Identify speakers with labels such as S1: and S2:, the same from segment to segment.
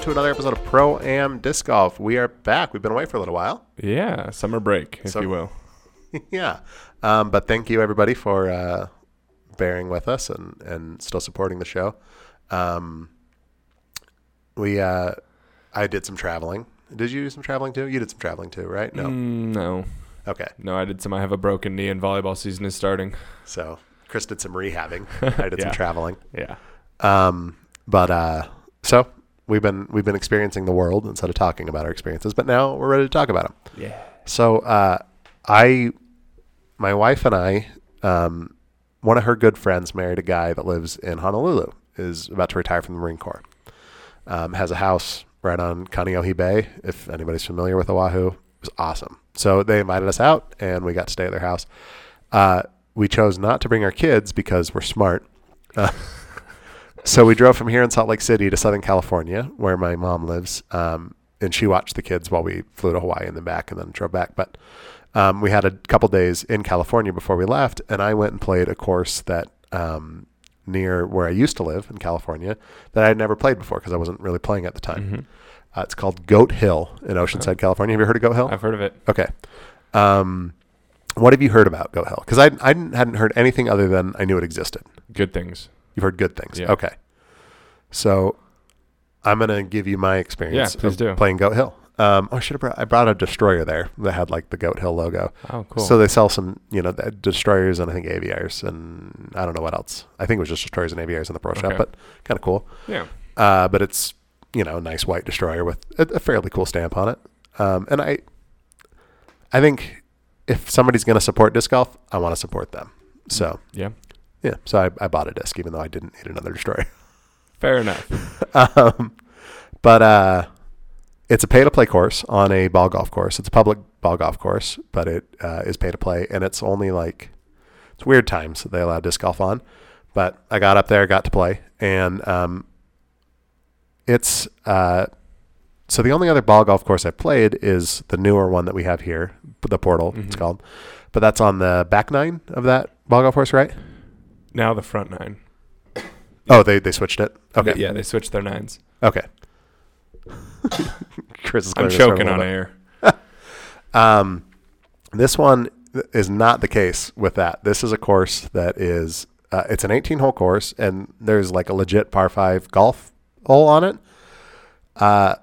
S1: to another episode of Pro Am Disc Golf. We are back. We've been away for a little while.
S2: Yeah, summer break, if
S1: Sum-
S2: you will.
S1: yeah. Um, but thank you, everybody, for uh, bearing with us and, and still supporting the show. Um, we, uh, I did some traveling. Did you do some traveling too? You did some traveling too, right? No.
S2: Mm, no,
S1: Okay.
S2: no, I did some. I have a broken knee, and volleyball season is starting.
S1: So Chris did some rehabbing. I did some
S2: Yeah.
S1: traveling.
S2: Yeah,
S1: Um, but uh, so we've been we've been experiencing the world instead of talking about our experiences. But now we're ready to talk about them.
S2: yeah.
S1: So uh, I, my wife and I, um, one of her good friends married a guy that lives in Honolulu, is about to retire from the Marine Corps, um, has a house right on Kaneohe Bay. If anybody's familiar with Oahu, it was awesome. So they invited us out, and we got to stay at their house. Uh, we chose not to bring our kids because we're smart. Uh, so we drove from here in Salt Lake City to Southern California, where my mom lives, um, and she watched the kids while we flew to Hawaii and then back, and then drove back. But um, we had a couple days in California before we left, and I went and played a course that um, near where I used to live in California that I had never played before because I wasn't really playing at the time. Uh, it's called Goat Hill in Oceanside, California. Have you heard of Goat Hill?
S2: I've heard of it.
S1: Okay. Um, what have you heard about Goat Hill? Because I, I didn't- hadn't heard anything other than I knew it existed.
S2: Good things.
S1: You've heard good things.
S2: Yeah.
S1: Okay. So I'm going to give you my experience
S2: Yeah, please
S1: of
S2: do.
S1: playing Goat Hill. Um, I should have brought, I brought a destroyer there that had like the Goat Hill logo.
S2: Oh, cool.
S1: So they sell some, you know, the destroyers and I think aviars and I don't know what else. I think it was just destroyers and aviars in the pro shop,
S2: Okay.
S1: but kind of cool.
S2: yeah,
S1: Uh, but it's you know a nice white destroyer with a, a fairly cool stamp on it. Um, and I, I think if somebody's going to support disc golf, I want to support them. So
S2: yeah.
S1: yeah, so I, I bought a disc even though I didn't need another destroyer.
S2: Fair enough.
S1: um, but uh, it's a pay to play course on a ball golf course. It's a public ball golf course, but it uh, is pay to play, and it's only like it's weird times that they allow disc golf on. But I got up there, got to play, and um, it's uh, so the only other ball golf course I played is the newer one that we have here, the Portal. It's
S2: Mhm.
S1: called, but that's on the back nine of that ball golf course, right?
S2: Now the front nine.
S1: Oh, they they switched it. Okay,
S2: Yeah, they switched their nines.
S1: Okay. Chris is
S2: I'm
S1: clearing his throat a
S2: choking
S1: little
S2: on
S1: bit.
S2: air.
S1: Um, this one is not the case with that. This is a course that is uh, it's an 18 hole course, and there's like a legit par five golf hole on it. Uh,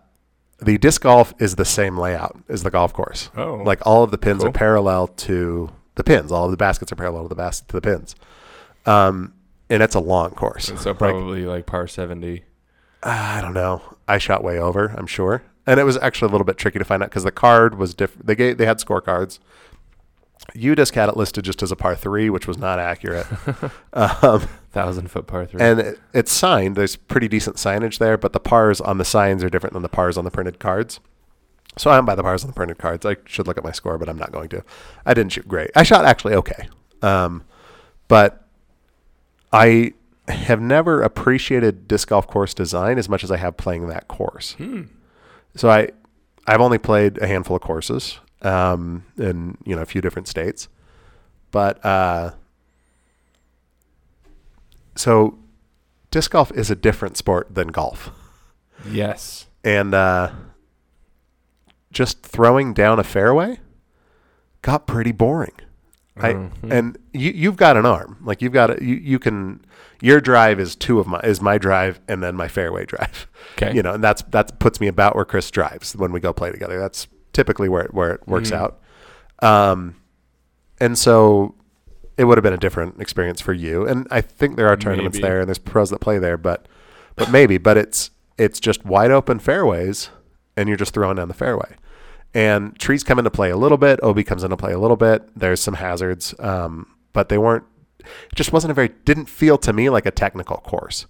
S1: the disc golf is the same layout as the golf course.
S2: Oh,
S1: Like all of the pins are
S2: Cool.
S1: parallel to the pins. All of the baskets are parallel to the bas- to the pins. Um, and it's a long course.
S2: so
S1: Like,
S2: probably like par seventy.
S1: Ah, I don't know. I shot way over, I'm sure. And it was actually a little bit tricky to find out because the card was different. They gave, they had scorecards. UDisc had it listed just as a par three, which was not accurate. um,
S2: Thousand foot par three.
S1: and it, it's signed. There's pretty decent signage there, but the pars on the signs are different than the pars on the printed cards. So I don't buy the pars on the printed cards. I should look at my score, but I'm not going to. I didn't shoot great. I shot actually okay, um, but I have never appreciated disc golf course design as much as I have playing that course. So I, I've only played a handful of courses um, in you know a few different states, but uh, so disc golf is a different sport than golf.
S2: yes.
S1: And uh, just throwing down a fairway got pretty boring. I,
S2: Mhm.
S1: and you, you've got an arm, like you've got a, you, you can your drive is two of my is my drive and then my fairway drive.
S2: Okay.
S1: you know, and that's that puts me about where Chris drives when we go play together. That's typically where it, where it works
S2: Mhm.
S1: out. Um, and so it would have been a different experience for you. And I think there are tournaments
S2: Maybe.
S1: there and there's pros that play there, but but maybe. But it's it's just wide open fairways and you're just throwing down the fairway. And trees come into play a little bit, OB comes into play a little bit. There's some hazards. Um, but they weren't it just wasn't a very didn't feel to me like a technical course.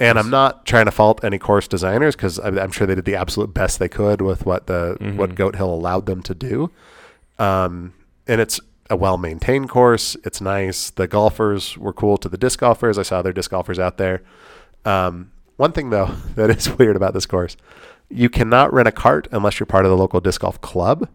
S1: And I'm not trying to fault any course designers because I'm sure they did the absolute best they could with what the what Goat Hill allowed them to do. Um, and it's a well maintained course. It's nice. The golfers were cool to the disc golfers. I saw their disc golfers out there. Um, one thing though that is weird about this course, you cannot rent a cart unless you're part of the local disc golf club,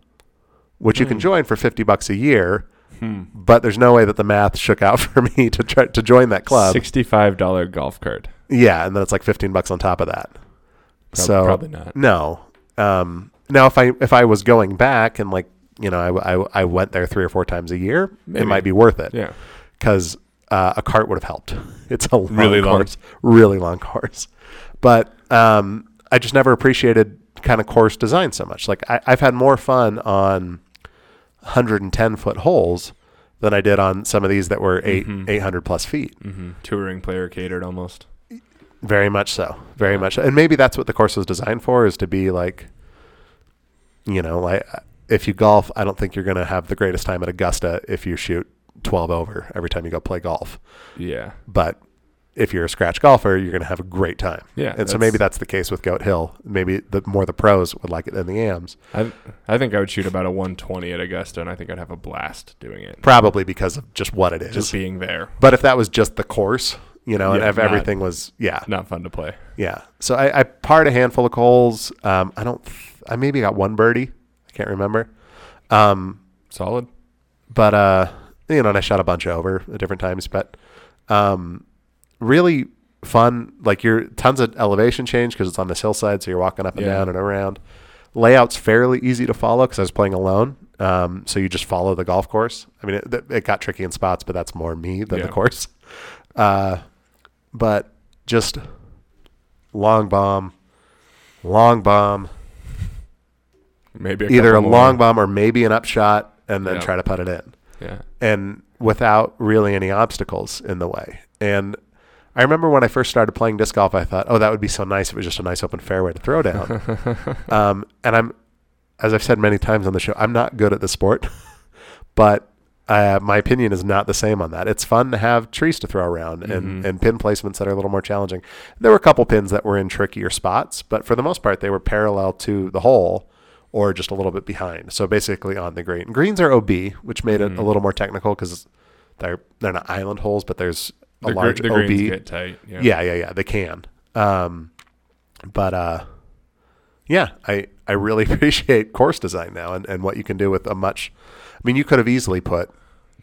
S1: which you can join for fifty bucks a year.
S2: Hmm.
S1: But there's no way that the math shook out for me to try to join that club.
S2: Sixty-five dollar golf cart.
S1: Yeah, and then it's like fifteen bucks on top of that.
S2: Prob-
S1: so
S2: probably not.
S1: no. Um, now, if I if I was going back and like you know I, I, I went there three or four times a year,
S2: Maybe.
S1: it might be worth it
S2: Yeah.
S1: because uh, a cart would have helped. It's a long
S2: Really long.
S1: course, really long course. But um, I just never appreciated kind of course design so much. Like I, I've had more fun on 110 foot holes than I did on some of these that were 8
S2: Mhm.
S1: 800 plus feet.
S2: hmm Touring player catered almost.
S1: Very much so. Very
S2: Yeah.
S1: much. So. And maybe that's what the course was designed for is to be like, you know, like if you golf, I don't think you're going to have the greatest time at Augusta if you shoot 12 over every time you go play golf.
S2: Yeah.
S1: But if you're a scratch golfer, you're going to have a great time.
S2: Yeah.
S1: and so maybe that's the case with Goat Hill. Maybe the more the pros would like it than the AMs,
S2: I I think I would shoot about a 120 at Augusta, and I think I'd have a blast doing it.
S1: probably because of just what it is.
S2: Just being there,
S1: but if that was just the course, you know, and
S2: Yeah,
S1: if
S2: not-
S1: everything was, yeah,
S2: not fun to play.
S1: Yeah. So I, I parred a handful of coals. Um, I don't. Th- I maybe got one birdie. I can't remember. Um,
S2: Solid.
S1: but uh, you know, and I shot a bunch over at different times. But um, really fun. Like you're tons of elevation change because it's on this hillside, so you're walking up and
S2: Yeah.
S1: down and around. Layout's fairly easy to follow because I was playing alone. Um, so you just follow the golf course. I mean, it, it got tricky in spots, but that's more me than
S2: Yeah.
S1: the course. Uh, but just long bomb, long bomb,
S2: Maybe a
S1: either
S2: couple
S1: a
S2: more.
S1: long bomb or maybe an upshot, and then
S2: Yeah.
S1: try to put it in
S2: Yeah.
S1: and without really any obstacles in the way. And I remember when I first started playing disc golf, I thought, oh, that would be so nice if it was just a nice open fairway to throw down. um, and I'm, as I've said many times on the show, I'm not good at the sport, but uh, my opinion is not the same on that. It's fun to have trees to throw around and,
S2: Mhm.
S1: and pin placements that are a little more challenging. There were a couple pins that were in trickier spots, but for the most part, they were parallel to the hole or just a little bit behind. So basically on the green. Greens are OB, which made it a
S2: Mhm.
S1: little more technical because they're they're not island holes, but there's a
S2: The, gr-
S1: large
S2: the
S1: OB.
S2: greens get tight. Yeah.
S1: Yeah, yeah, yeah. They can. Um, but uh, yeah, I I really appreciate course design now and, and what you can do with a much. I mean, you could have easily put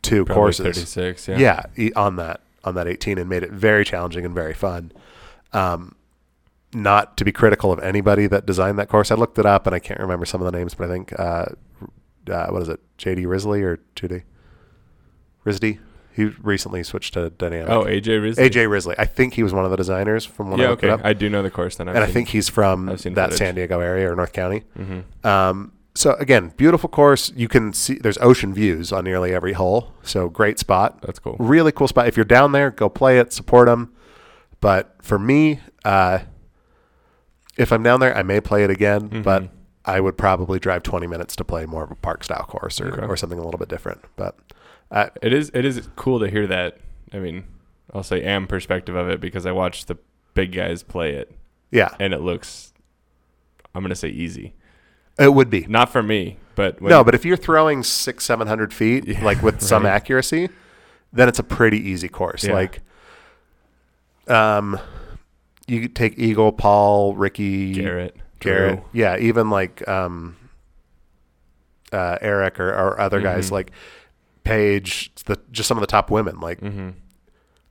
S1: two
S2: Probably
S1: courses.
S2: 36. Yeah.
S1: Yeah, e on that on that 18 and made it very challenging and very fun. Um, not to be critical of anybody that designed that course. I looked it up and I can't remember some of the names, but I think uh, uh, what is it, JD Risley or 2D Risdy? He recently switched to Dynamic.
S2: Oh, AJ Risley.
S1: AJ Risley. I think he was one of the designers from when I
S2: Yeah.
S1: looked
S2: Okay.
S1: it up.
S2: I do know the course. Then. I've
S1: and I
S2: seen-
S1: think he's from that
S2: I've seen footage.
S1: San Diego area or North County.
S2: Mhm.
S1: Um, so again, beautiful course. You can see there's ocean views on nearly every hole. So great spot.
S2: That's cool.
S1: Really cool spot. If you're down there, go play it, support them. But for me, uh, if I'm down there, I may play it again, but
S2: Mhm.
S1: I would probably drive 20 minutes to play more of a park style course or,
S2: Okay.
S1: or something a little bit different. But uh,
S2: It is it is cool to hear that. I mean, I'll say am perspective of it because I watched the big guys play it
S1: yeah,
S2: and it looks I'm going to say easy.
S1: it would be.
S2: Not for me, but when,
S1: no, but if you're throwing six, seven hundred feet,
S2: Yeah,
S1: like with some
S2: right.
S1: accuracy, then it's a pretty easy course.
S2: Yeah.
S1: Like, um, you could take Eagle, Paul, Ricky,
S2: Garrett,
S1: E, Garrett.
S2: Drew,
S1: yeah, even like um, uh, Eric or, or other guys
S2: Mhm.
S1: like Paige, the just some of the top women. Like,
S2: mhm.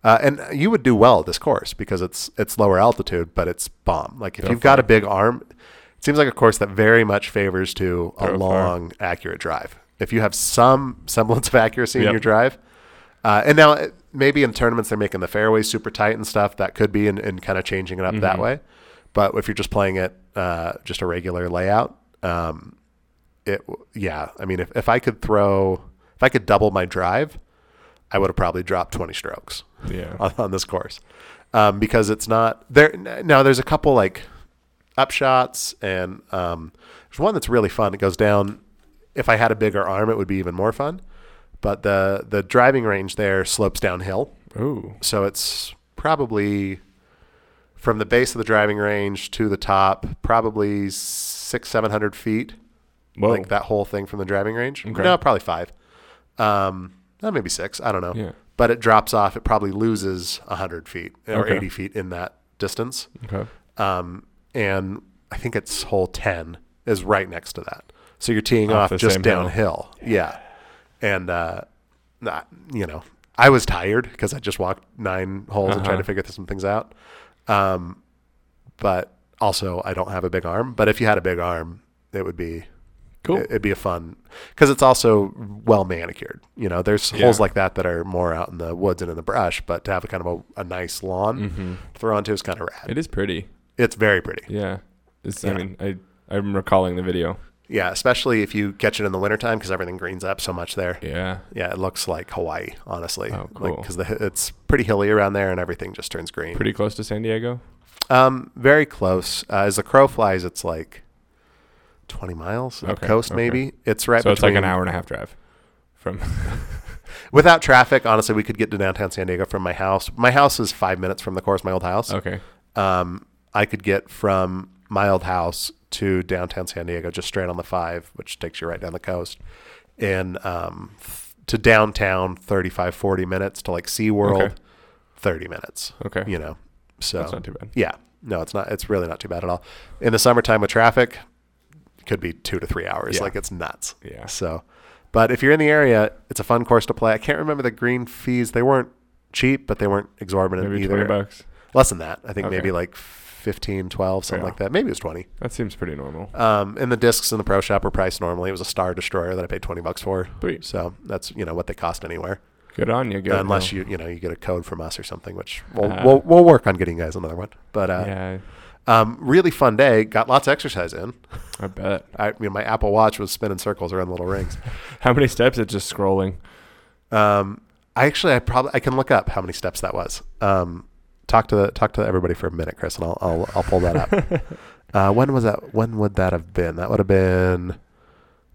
S1: uh, and you would do well at this course because it's it's lower altitude, but it's bomb. Like if
S2: Go
S1: you've got
S2: for
S1: a big arm, it seems like a course that very much favors to a
S2: Throw far.
S1: long, accurate drive. If you have some semblance of accuracy in
S2: Yep.
S1: your drive, uh, and now uh, maybe in tournaments they're making the fairways super tight and stuff, that could be and, and kind of changing it up that
S2: Mhm.
S1: way. But if you're just playing it uh, just a regular layout, um, it yeah. I mean, if, if I could throw, if I could double my drive, I would have probably dropped 20 strokes
S2: Yeah.
S1: on, on this course um, because it's not there. n- Now there's a couple like upshots and um, there's one that's really fun. It goes down. If I had a bigger arm, it would be even more fun. But the the driving range there slopes downhill,
S2: Ooh.
S1: so it's probably from the base of the driving range to the top, probably six seven hundred feet
S2: Whoa.
S1: like that whole thing from the driving range.
S2: Okay.
S1: No, probably five. Um, no, maybe six. I don't know.
S2: Yeah.
S1: But it drops off. It probably loses hundred feet or
S2: Okay.
S1: eighty feet in that distance.
S2: Okay.
S1: Um, and I think it's hole ten is right next to that. So you're teeing
S2: Off
S1: off,
S2: the
S1: just
S2: same hill.
S1: downhill. Yeah. And uh, not you know, I was tired because I just walked nine holes and
S2: Uh-huh.
S1: tried to figure some things out. Um, but Also, I don't have a big arm, but if you had a big arm, it would be
S2: Cool.
S1: it- it'd be a fun because it's also well manicured. You know, there's
S2: Yeah.
S1: holes like that that are more out in the woods and in the brush, but to have a kind of a, a nice lawn
S2: Mm-hmm.
S1: to throw onto is kind of rad.
S2: It is pretty.
S1: It's very pretty.
S2: Yeah. It's, I
S1: Yeah.
S2: mean, I I'm recalling the video.
S1: Yeah, especially if you catch it in the wintertime because everything greens up so much there.
S2: Yeah.
S1: Yeah, it looks like Hawaii, honestly.
S2: Oh, cool.
S1: Because it's pretty hilly around there and everything just turns green.
S2: Pretty close to San Diego.
S1: Um, very close. Uh, as the crow flies, it's like 20 miles of
S2: Okay,
S1: coast,
S2: okay.
S1: maybe. It's right
S2: so it's like an
S1: between-
S2: hour and a half drive from.
S1: Without traffic, honestly, we could get to downtown San Diego from my house. My house is five minutes from the course, my old house.
S2: okay.
S1: Um, I could get from my old house to downtown San Diego just straight on the five, which takes you right down the coast, and um, th- to downtown 35, 40 minutes to like SeaWorld,
S2: Okay.
S1: 30 minutes,
S2: Okay.
S1: you know. So
S2: That's not too bad.
S1: yeah, no, it's not. It's really not too bad at all. In the summertime with traffic, could be two to three hours.
S2: Yeah.
S1: Like it's nuts.
S2: Yeah.
S1: So, but if you're in the area, it's a fun course to play. I can't remember the green fees. They weren't cheap, but they weren't exorbitant
S2: Maybe
S1: either.
S2: twenty bucks.
S1: Less than that. I think
S2: Okay.
S1: maybe like 15, 12, something
S2: Yeah.
S1: like that. Maybe it was 20.
S2: That seems pretty normal.
S1: Um, and the discs in the pro shop were priced normally. It was a Star Destroyer that I paid 20 bucks for.
S2: Sweet.
S1: So that's, you know, what they cost anywhere.
S2: Good on you. Good.
S1: Unless you, you know, you get a code from us or something, which we'll,
S2: Uh,
S1: we'll, we'll work on getting you guys another one. But, uh,
S2: yeah,
S1: um, really fun day. Got lots of exercise in.
S2: I bet.
S1: I, you know, my Apple Watch was spinning circles around little rings.
S2: How many steps? It's just scrolling.
S1: Um, I actually, I probably, I can look up how many steps that was. Um, talk to talk to everybody for a minute, Chris, and I'll I'll, I'll pull that up. uh, when was that? When would that have been? That would have been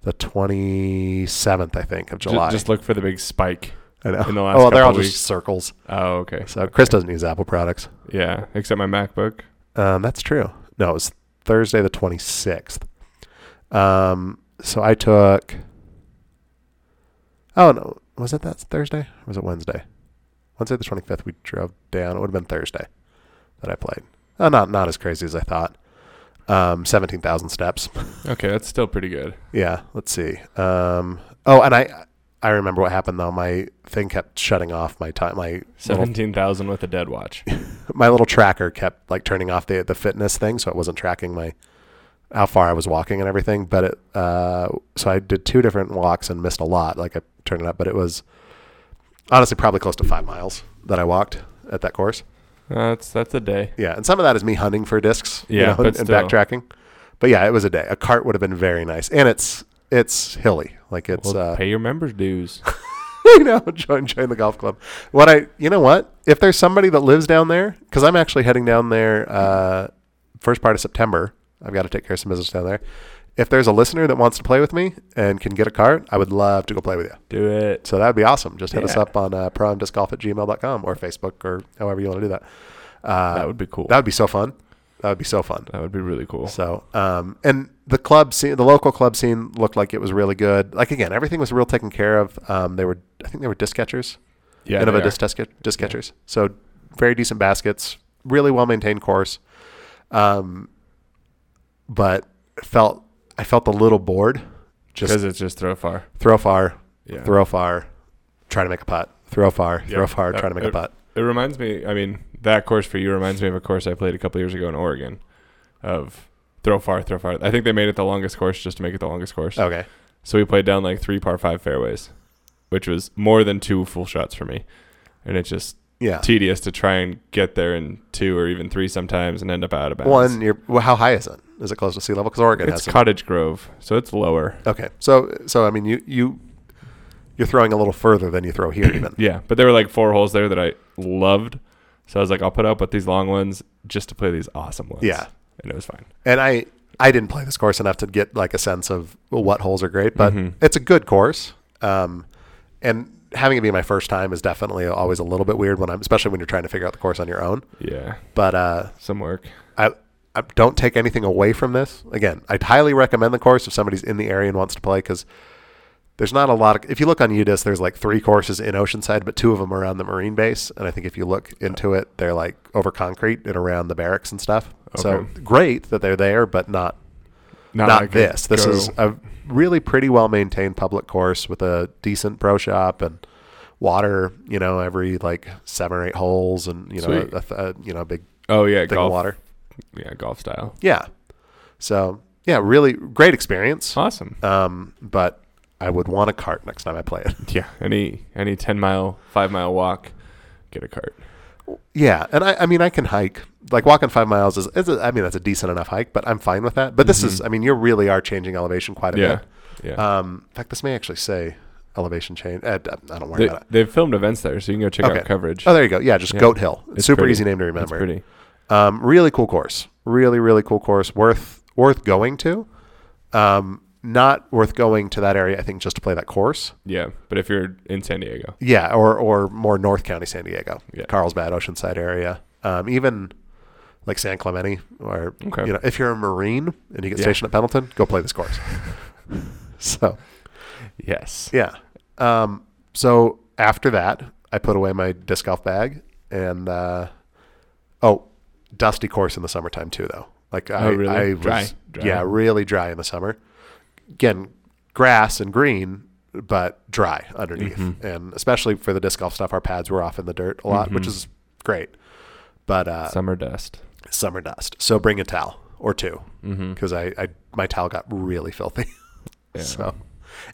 S1: the twenty seventh, I think, of
S2: Ju-
S1: July.
S2: Just look for the big spike.
S1: I know.
S2: in the last
S1: oh, well, they're all
S2: couple weeks.
S1: just circles.
S2: Oh, okay.
S1: So Chris doesn't use Apple products.
S2: Yeah, except my MacBook.
S1: Um, that's true. No, it was Thursday the 26th. Um, so I took. Oh no, was it that Thursday? Or was it Wednesday? Wednesday the 25th. We drove down. It would have been Thursday that I played. Uh, not not as crazy as I thought. Um, 17,000 steps.
S2: Okay, that's still pretty good.
S1: yeah. Let's see. Um, oh, and I I remember what happened though. My thing kept shutting off. My time. My little
S2: Seventeen thousand with a dead watch.
S1: my little tracker kept like turning off the the fitness thing, so it wasn't tracking my how far I was walking and everything. But it uh, so I did two different walks and missed a lot. Like I turned it up, but it was honestly probably close to five miles that I walked at that course.
S2: That's that's a day.
S1: Yeah, and some of that is me hunting for discs,
S2: Yeah,
S1: and-
S2: but
S1: and
S2: still.
S1: backtracking. But yeah, it was a day. A cart would have been very nice, and it's it's hilly. Like it's
S2: well,
S1: uh,
S2: pay your members dues.
S1: you know, join join the golf club. What I, you know what? If there's somebody that lives down there, because I'm actually heading down there uh, first part of September. I've got to take care of some business down there. If there's a listener that wants to play with me and can get a cart, I would love to go play with you.
S2: Do it.
S1: So that would be awesome. Just hit us
S2: Yeah.
S1: up on uh, promdiscgolf at gmail.com or Facebook or however you want to do that. Uh,
S2: that would be cool.
S1: that would be so fun. That would be so fun.
S2: That would be really cool.
S1: So, um, and the club scene, the local club scene looked like it was really good. Like again, everything was real taken care of. Um, they were, I think they were disc catchers,
S2: Yeah,
S1: Innova
S2: they are.
S1: disc, test- disc catchers. So very decent baskets, really well maintained course. Um, but felt I felt a little bored.
S2: because
S1: Just
S2: it's just throw far.
S1: throw far,
S2: Yeah.
S1: throw far, try to make a putt. Throw far,
S2: Yeah.
S1: throw far,
S2: Uh,
S1: try to make
S2: uh,
S1: a putt.
S2: It reminds me. I mean, that course for you reminds me of a course I played a couple years ago in Oregon, of throw far, throw far. I think they made it the longest course just to make it the longest course.
S1: Okay,
S2: So we played down like three par five fairways, which was more than two full shots for me, and it's just
S1: yeah.
S2: tedious to try and get there in two or even three sometimes and end up out of bounds.
S1: One, you're well, how high is it? Is it close to sea level? Because Oregon has
S2: it's
S1: some
S2: Cottage Grove, so it's lower.
S1: Okay, so so I mean, you you you're throwing a little further than you throw here, even.
S2: Yeah, but there were like four holes there that I loved, so I was like, I'll put up with these long ones just to play these awesome ones.
S1: Yeah.
S2: and it was fine.
S1: And I I didn't play this course enough to get like a sense of what holes are great, but
S2: Mhm.
S1: it's a good course. Um, and having it be my first time is definitely always a little bit weird when I'm, especially when you're trying to figure out the course on your own.
S2: Yeah,
S1: But uh,
S2: some work.
S1: I. I don't take anything away from this. Again, I'd highly recommend the course if somebody's in the area and wants to play because there's not a lot of. If you look on UDIS, there's like three courses in Oceanside, but two of them are on the Marine base. And I think if you look into it, they're like over concrete and around the barracks and stuff. So
S2: Okay.
S1: great that they're there, but not
S2: Not,
S1: not
S2: like a
S1: this. This
S2: go-
S1: is a really pretty well maintained public course with a decent pro shop and water. You know, every like seven or eight holes, and you know,
S2: Sweet.
S1: a, a, you know, a big
S2: oh yeah
S1: thing
S2: golf
S1: of water.
S2: yeah, golf style.
S1: Yeah. So yeah, really great experience.
S2: Awesome.
S1: Um, but I would want a cart next time I play it.
S2: Yeah. Any any ten mile, five mile walk, get a cart.
S1: yeah, and I, I mean I can hike. Like walking five miles is, is a, I mean that's a decent enough hike, but I'm fine with that. But this is, I mean, you really are changing elevation quite a
S2: Mm-hmm. Yeah.
S1: bit.
S2: Yeah.
S1: Um, in fact, this may actually say elevation change. Uh, I don't worry
S2: they,
S1: about it.
S2: they've filmed events there, so you can go check
S1: Okay.
S2: out coverage.
S1: Oh, there you go. Yeah, just
S2: Yeah.
S1: Goat Hill.
S2: It's
S1: Super
S2: pretty.
S1: easy name to
S2: That's
S1: remember.
S2: pretty.
S1: Um, really cool course. Really, really cool course. Worth worth going to. Um, not worth going to that area. I think just to play that course.
S2: Yeah. But if you're in San Diego,
S1: Yeah, or or more North County San Diego,
S2: Yeah.
S1: Carlsbad, Oceanside area. Um, even like San Clemente, or
S2: Okay.
S1: you know, if you're a Marine and you get
S2: Yeah.
S1: stationed at Pendleton, go play this course. so
S2: yes.
S1: yeah. Um, so after that, I put away my disc golf bag and uh, oh, dusty course in the summertime too, though. Like I,
S2: Oh, really?
S1: I was,
S2: Dry. Dry.
S1: yeah, really dry in the summer. Again, grass and green, but dry underneath,
S2: Mm-hmm.
S1: and especially for the disc golf stuff, our pads were off in the dirt a lot,
S2: Mm-hmm.
S1: which is great. But uh,
S2: Summer dust. Mm-hmm.
S1: summer dust, so bring a towel or two because Mm-hmm. I, I my towel got really filthy.
S2: Yeah.
S1: So,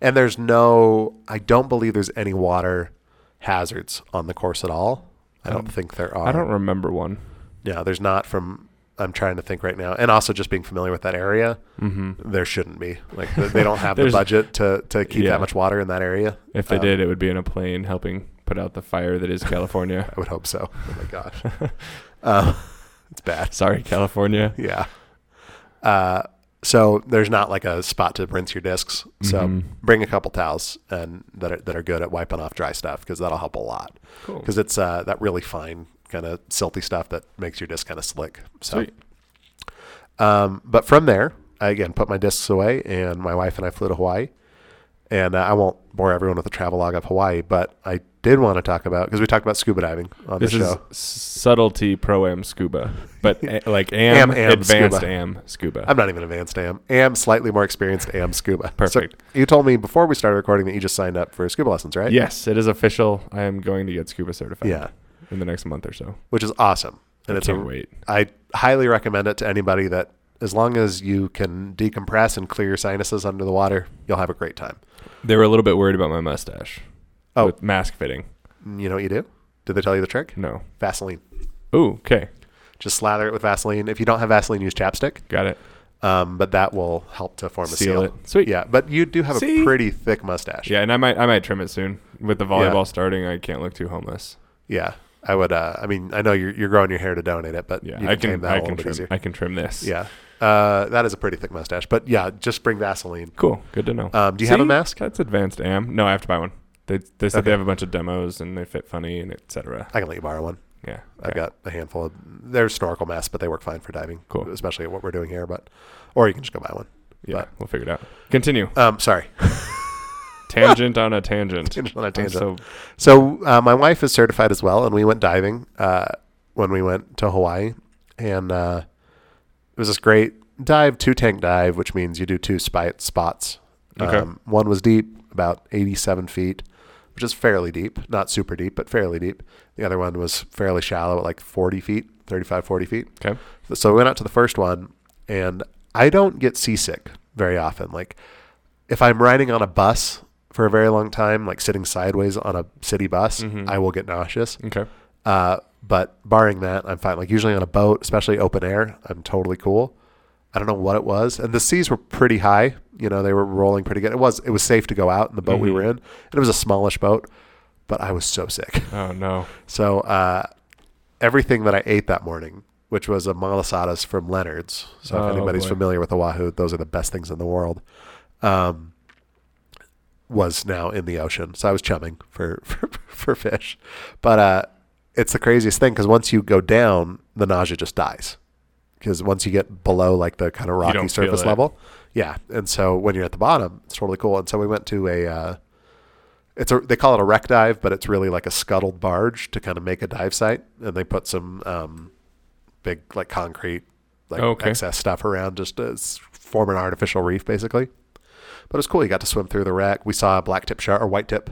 S1: and there's no, I don't believe there's any water hazards on the course at all. I don't think there are.
S2: Um, I don't remember one.
S1: Yeah, there's not from. I'm trying to think right now, and also just being familiar with that area,
S2: Mm-hmm.
S1: there shouldn't be. Like th- they don't have the
S2: There's-
S1: budget to to keep
S2: Yeah.
S1: that much water in that area.
S2: If they
S1: Um,
S2: did, it would be in a plane helping put out the fire that is California.
S1: I would hope so. Oh my gosh, um, it's bad.
S2: Sorry, California.
S1: Yeah. Uh, so there's not like a spot to rinse your discs. So
S2: Mhm.
S1: bring a couple towels and that are, that are good at wiping off dry stuff because that'll help a lot.
S2: Cool.
S1: Because it's uh, that really fine kind of silty stuff that makes your disc kind of slick. So,
S2: Sweet.
S1: um, but from there, I again put my discs away, and my wife and I flew to Hawaii. And uh, I won't bore everyone with the travel log of Hawaii, but I did want to talk about because we talked about scuba diving on
S2: This
S1: the
S2: is
S1: show.
S2: subtlety pro am scuba, but a- like am,
S1: Am, am
S2: advanced
S1: scuba.
S2: am scuba.
S1: I'm not even advanced am. Am slightly more experienced am scuba.
S2: Perfect.
S1: So you told me before we started recording that you just signed up for scuba lessons, right?
S2: yes, it is official. I am going to get scuba certified.
S1: Yeah.
S2: in the next month or so.
S1: Which is awesome. And
S2: I
S1: it's
S2: can't
S1: a,
S2: wait.
S1: I highly recommend it to anybody that as long as you can decompress and clear your sinuses under the water, you'll have a great time.
S2: They were a little bit worried about my mustache.
S1: Oh.
S2: with mask fitting.
S1: You know what you do? Did they tell you the trick?
S2: No.
S1: Vaseline.
S2: Ooh, okay,
S1: Just slather it with Vaseline. If you don't have Vaseline, use chapstick.
S2: got it.
S1: Um, but that will help to form a seal.
S2: Seal it. Sweet.
S1: Yeah, but you do have
S2: See?
S1: a pretty thick mustache.
S2: Yeah, and I might I might trim it soon. With the volleyball starting, I can't look too homeless.
S1: Yeah. I would. Uh, I mean, I know you're, you're growing your hair to donate it, but
S2: Yeah,
S1: you can
S2: I
S1: tame
S2: can
S1: that
S2: I
S1: a little
S2: can
S1: bit
S2: trim
S1: easier.
S2: I can trim this.
S1: Yeah. Uh, that is a pretty thick mustache. But yeah, just bring Vaseline.
S2: cool. Good to know.
S1: Um, do you have a
S2: See?
S1: mask?
S2: That's advanced am. No, I have to buy one. They they said
S1: Okay.
S2: they have a bunch of demos and they fit funny and etc.
S1: I can let you borrow one.
S2: Yeah.
S1: I've got a handful of they're snorkel masks, but they work fine for diving.
S2: Cool.
S1: Especially at what we're doing here, but or you can just go buy one.
S2: Yeah,
S1: but-
S2: we'll figure it out. Continue.
S1: Um sorry.
S2: Tangent on a tangent.
S1: Tangent on a
S2: I'm
S1: tangent.
S2: So
S1: So uh, my wife is certified as well, and we went diving uh, when we went to Hawaii, and uh, it was this great dive, two tank dive, which means you do two spite spots. Um,
S2: Okay.
S1: one was deep, about eighty-seven feet, which is fairly deep, not super deep, but fairly deep. The other one was fairly shallow, at like forty feet, 35, 40 feet.
S2: okay.
S1: So we went out to the first one, and I don't get seasick very often. Like if I'm riding on a bus for a very long time, like sitting sideways on a city bus, I will get nauseous.
S2: Okay.
S1: Uh, but barring that, I'm fine. Like usually on a boat, especially open air, I'm totally cool. I don't know what it was, and the seas were pretty high. You know, they were rolling pretty good. It was it was safe to go out in the boat we
S2: Mhm.
S1: were in, and it was a smallish boat, but I was so sick.
S2: Oh no.
S1: So uh, everything that I ate that morning, which was a malasadas from Leonard's. So
S2: Oh,
S1: if anybody's
S2: boy.
S1: familiar with Oahu, those are the best things in the world. Um, was now in the ocean, so I was chumming for for, for fish. But uh, it's the craziest thing because once you go down, the nausea just dies. Because once you get below like the kind of
S2: don't
S1: rocky
S2: feel
S1: surface
S2: it.
S1: level, yeah. And so when you're at the bottom, it's totally cool. And so we went to a uh, it's a they call it a wreck dive, but it's really like a scuttled barge to kind of make a dive site, and they put some um, big like concrete like
S2: Okay.
S1: excess stuff around just to s- form an artificial reef, basically. But it's cool. You got to swim through the wreck. We saw a black tip shark or white tip,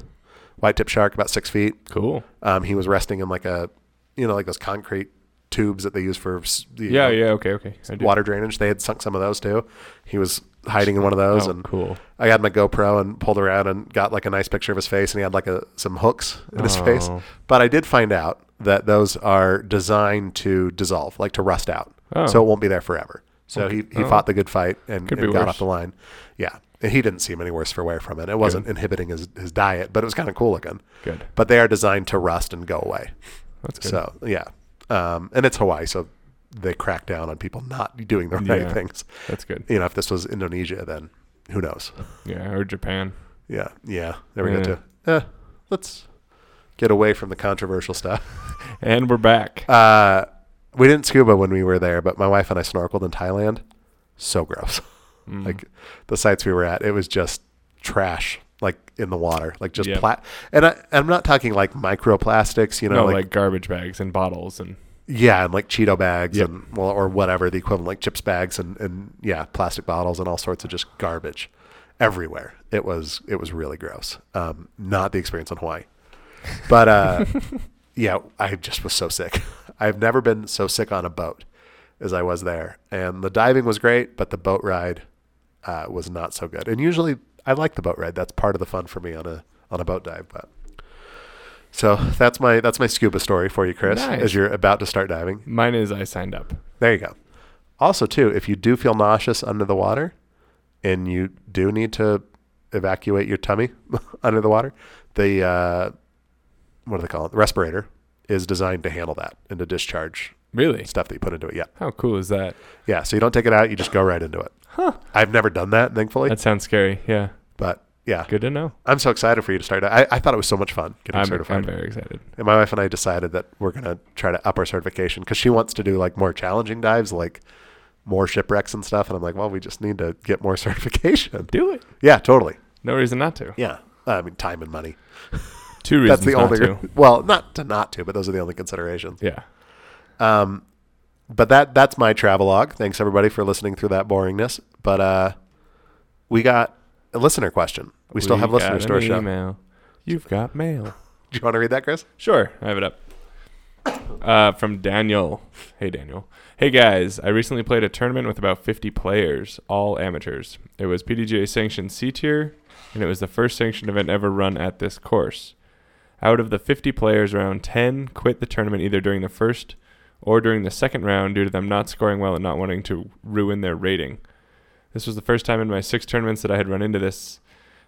S1: white tip shark about six feet.
S2: Cool.
S1: Um, he was resting in like a, you know, like those concrete tubes that they use for s- you
S2: Yeah,
S1: know,
S2: yeah, okay, okay. I do.
S1: water drainage. They had sunk some of those too. He was hiding in one of those,
S2: Oh,
S1: and
S2: cool.
S1: I had my GoPro and pulled around and got like a nice picture of his face, and he had like a, some hooks in his face.
S2: Oh.
S1: But I did find out that those are designed to dissolve, like to rust out,
S2: Oh.
S1: so it won't be there forever. So he, he
S2: Oh.
S1: fought the good fight and,
S2: Could
S1: and
S2: be
S1: got
S2: worse.
S1: off the line. Yeah, and he didn't seem any worse for wear from it. It wasn't inhibiting his, his diet, but it was kind of cool looking.
S2: Good.
S1: But they are designed to rust and go away.
S2: That's good.
S1: So yeah, um, and it's Hawaii, so they crack down on people not doing the right
S2: Yeah.
S1: things.
S2: That's good.
S1: You know, if this was Indonesia, then who knows?
S2: Yeah, or Japan.
S1: Yeah, yeah. There we
S2: Yeah.
S1: go. Too. Eh, let's get away from the controversial stuff.
S2: And we're back.
S1: Uh, we didn't scuba when we were there, but my wife and I snorkeled in Thailand. So gross.
S2: Mm.
S1: Like the sites we were at, it was just trash. Like in the water, like just
S2: Yep.
S1: pla- And I, I'm not talking like microplastics, you know,
S2: no,
S1: like,
S2: like, garbage bags and bottles and
S1: yeah, and like Cheeto bags
S2: Yep.
S1: and well, or whatever the equivalent, like chips bags and and yeah, plastic bottles and all sorts of just garbage everywhere. It was it was really gross. Um, not the experience in Hawaii, but uh, yeah, I just was so sick. I've never been so sick on a boat as I was there, and the diving was great, but the boat ride uh, was not so good. And usually, I like the boat ride. That's part of the fun for me on a on a boat dive, but. So that's my that's my scuba story for you, Chris.
S2: Nice.
S1: As you're about to start diving,
S2: mine is I signed up.
S1: there you go. Also, too, if you do feel nauseous under the water and you do need to evacuate your tummy under the water, the uh, what do they call it? The respirator is designed to handle that and to discharge
S2: Really?
S1: stuff that you put into it. Yeah.
S2: How cool is that?
S1: Yeah. So you don't take it out, you just go right into it.
S2: Huh.
S1: I've never done that, thankfully.
S2: That sounds scary. Yeah.
S1: but yeah,
S2: Good to know.
S1: I'm so excited for you to start. I, I thought it was so much fun getting
S2: I'm,
S1: certified.
S2: I'm very excited.
S1: And my wife and I decided that we're going to try to up our certification because she wants to do like more challenging dives, like more shipwrecks and stuff. And I'm like, well, we just need to get more certification.
S2: Do it.
S1: Yeah, totally.
S2: No reason not to.
S1: Yeah. I mean, time and money.
S2: Two reasons
S1: That's the
S2: not
S1: only,
S2: to.
S1: well, not to not to, but those are the only considerations.
S2: Yeah.
S1: Um, but that that's my travelogue. Thanks everybody for listening through that boringness. But uh, we got a listener question. We, still have
S2: got
S1: listener store
S2: an
S1: show. Do
S2: Email. You've got mail.
S1: you want to read that, Chris?
S2: Sure, I have it up. Uh, from Daniel. Hey, Daniel. Hey, guys. I recently played a tournament with about 50 players, all amateurs. It was PDGA sanctioned C tier, and it was the first sanctioned event ever run at this course. Out of the 50 players, around 10 quit the tournament either during the first or during the second round due to them not scoring well and not wanting to ruin their rating. This was the first time in my six tournaments that I had run into this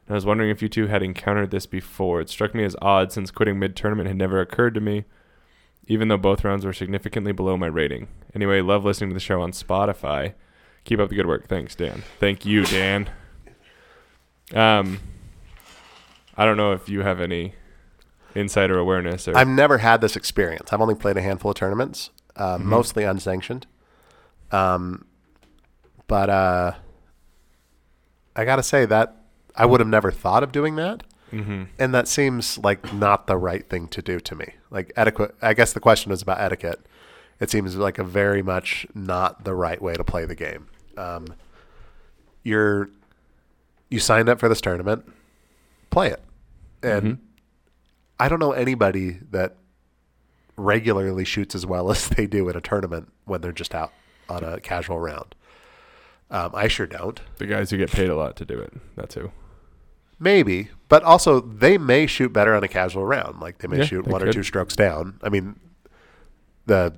S2: and I was wondering if you two had encountered this before. It struck me as odd since quitting mid tournament had never occurred to me, even though both rounds were significantly below my rating. Anyway, love listening to the show on Spotify. Keep up the good work. Thanks, Dan. Thank you, Dan. Um, I don't know if you have any insider awareness or
S1: I've never had this experience. I've only played a handful of tournaments, uh, mostly unsanctioned. Um, but uh, I gotta say that I would have never thought of doing that,
S2: Mhm.
S1: and that seems like not the right thing to do to me. Like adequate. I guess the question is about etiquette. It seems like a very much not the right way to play the game. Um, you're you signed up for this tournament, play it, and. I don't know anybody that regularly shoots as well as they do in a tournament when they're just out on a casual round. Um, I sure don't.
S2: the guys who get paid a lot to do it. That's who.
S1: Maybe, but also they may shoot better on a casual round. Like they may
S2: Yeah,
S1: shoot
S2: they
S1: one or
S2: could.
S1: two strokes down. I mean, the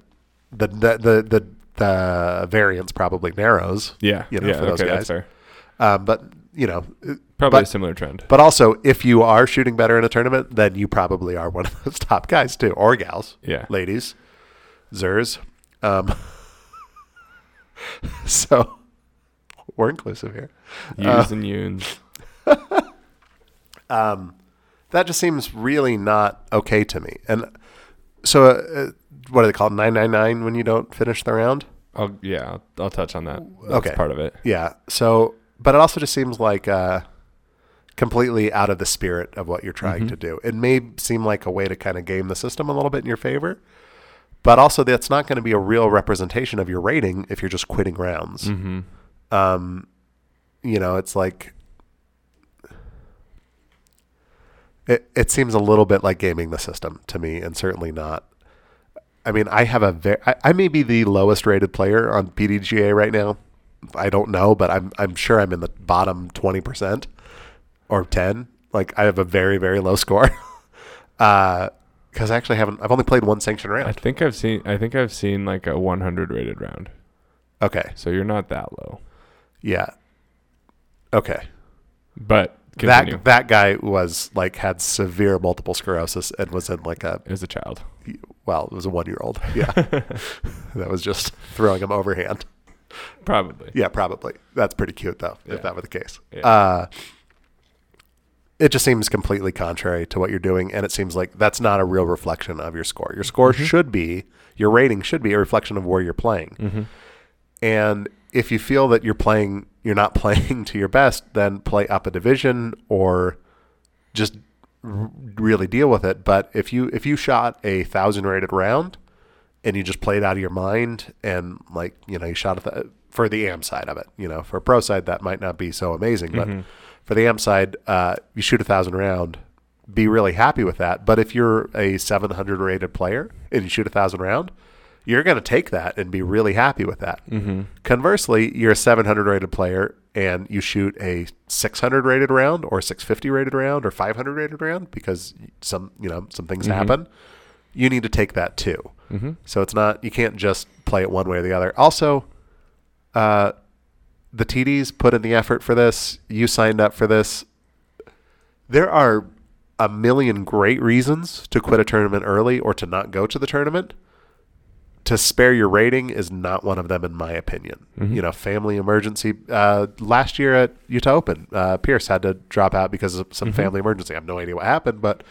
S1: the the the the, the variance probably narrows.
S2: Yeah.
S1: You know,
S2: yeah.
S1: for those
S2: okay,
S1: guys.
S2: that's fair.
S1: Um, but you know, it-
S2: Probably
S1: but-
S2: a similar trend.
S1: but also if you are shooting better in a tournament, then you probably are one of those top guys too, or gals.
S2: Yeah.
S1: ladies, zers. Um, so we're inclusive here. uh,
S2: Yous and yuns.
S1: That just seems really not okay to me. And so, uh, uh, what do they call it? Nine nine nine when you don't finish the round.
S2: I'll, yeah, I'll, I'll touch on that. That's
S1: Okay.
S2: part of it.
S1: Yeah. So, but it also just seems like uh, completely out of the spirit of what you're trying to do. It may seem like a way to kind of game the system a little bit in your favor, but also that's not going to be a real representation of your rating if you're just quitting rounds.
S2: Mm-hmm.
S1: um, you know, it's like it, it seems a little bit like gaming the system to me, and certainly not. I mean, I have a very, I, I may be the lowest rated player on PDGA right now. I don't know, but I'm, I'm sure I'm in the bottom 20% or 10. Like I have a very, very low score. uh, cause I actually haven't, I've only played one sanctioned
S2: I
S1: round.
S2: think I've seen. I think I've seen like a 100 rated round.
S1: Okay.
S2: So you're not that low.
S1: Yeah. Okay.
S2: But continue.
S1: That, that guy was like, had severe multiple sclerosis and was in like a,
S2: as a child.
S1: well, it was a one year old. Yeah. that was just throwing him overhand.
S2: Probably.
S1: Yeah, probably. That's pretty cute though,
S2: Yeah.
S1: if that were the case.
S2: Yeah.
S1: Uh, it just seems completely contrary to what you're doing, and it seems like that's not a real reflection of your score. Your score
S2: Mm-hmm.
S1: should be, your rating should be a reflection of where you're playing.
S2: Mm-hmm.
S1: And if you feel that you're playing, you're not playing to your best, then play up a division or just r- really deal with it. But if you if you shot a thousand rated round and you just played out of your mind and like you know you shot at the for the am side of it, you know for a pro side that might not be so amazing, but for the am side uh, you shoot a thousand round, be really happy with that. But if you're a seven hundred rated player and you shoot a thousand round. You're going to take that and be really happy with that. Conversely, you're a 700 rated player and you shoot a 600 rated round or 650 rated round or 500 rated round because some, you know, some things happen. You need to take that too.
S2: Mm-hmm.
S1: So it's not you can't just play it one way or the other. Also, uh, the TDs put in the effort for this. You signed up for this. There are a million great reasons to quit a tournament early or to not go to the tournament to spare your rating is not one of them, in my opinion. You know, family emergency. Uh, last year at Utah Open, uh, Pierce had to drop out because of some family emergency. I have no idea what happened, but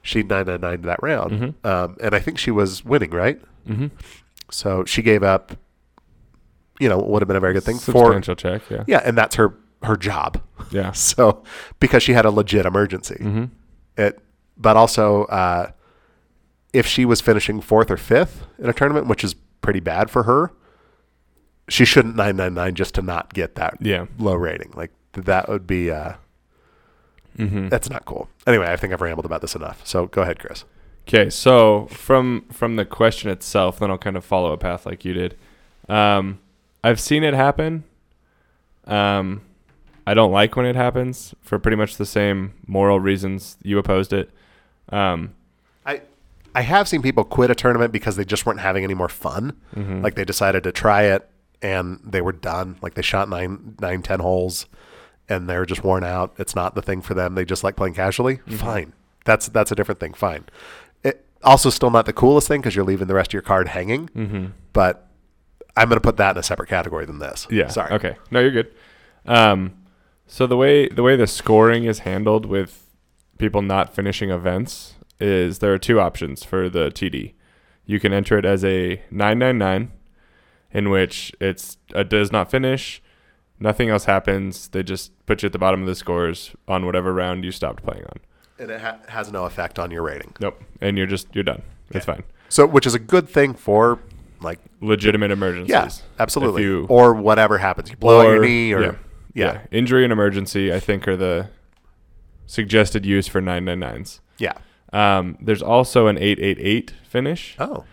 S1: she 999 that round. Um, and I think she was winning, right?
S2: Mm-hmm.
S1: So she gave up, you know, what would have been a very good thing for.
S2: Substantial check. Yeah.
S1: Yeah, and that's her her job.
S2: Yeah.
S1: So because she had a legit emergency
S2: Mm-hmm.
S1: it but also uh, if she was finishing fourth or fifth in a tournament which is pretty bad for her she shouldn't 999 just to not get that
S2: Yeah.
S1: low rating like th- that would be uh,
S2: Mm-hmm.
S1: that's not cool anyway i think i've rambled about this enough so go ahead chris
S2: Okay, so from from the question itself, then I'll kind of follow a path like you did. Um, I've seen it happen. Um, I don't like when it happens for pretty much the same moral reasons you opposed it. Um,
S1: i i have seen people quit a tournament because they just weren't having any more fun
S2: mhm.
S1: Mm-hmm. like they decided to try it and they were done like they shot nine nine ten holes and they're just worn out it's not the thing for them they just like playing casually
S2: Mm-hmm.
S1: fine that's that's a different thing fine it also still not the coolest thing because you're leaving the rest of your card hanging
S2: mm-hmm.
S1: but i'm going to put that in a separate category than this
S2: Yeah.
S1: sorry
S2: Okay. No, you're good. Um, so the way the way the scoring is handled with people not finishing events is there are two options for the TD. You can enter it as a 999, in which it's a does not finish, nothing else happens. They just put you at the bottom of the scores on whatever round you stopped playing on.
S1: and it ha- has no effect on your rating
S2: Nope, and you're just you're done. It's fine.
S1: so which is a good thing for like
S2: Legitimate emergencies.
S1: yeah absolutely
S2: If you-
S1: or whatever happens you blow out your knee or
S2: yeah,
S1: yeah,
S2: injury and emergency i think are the suggested use for 999s
S1: yeah.
S2: um, there's also an 888 finish
S1: oh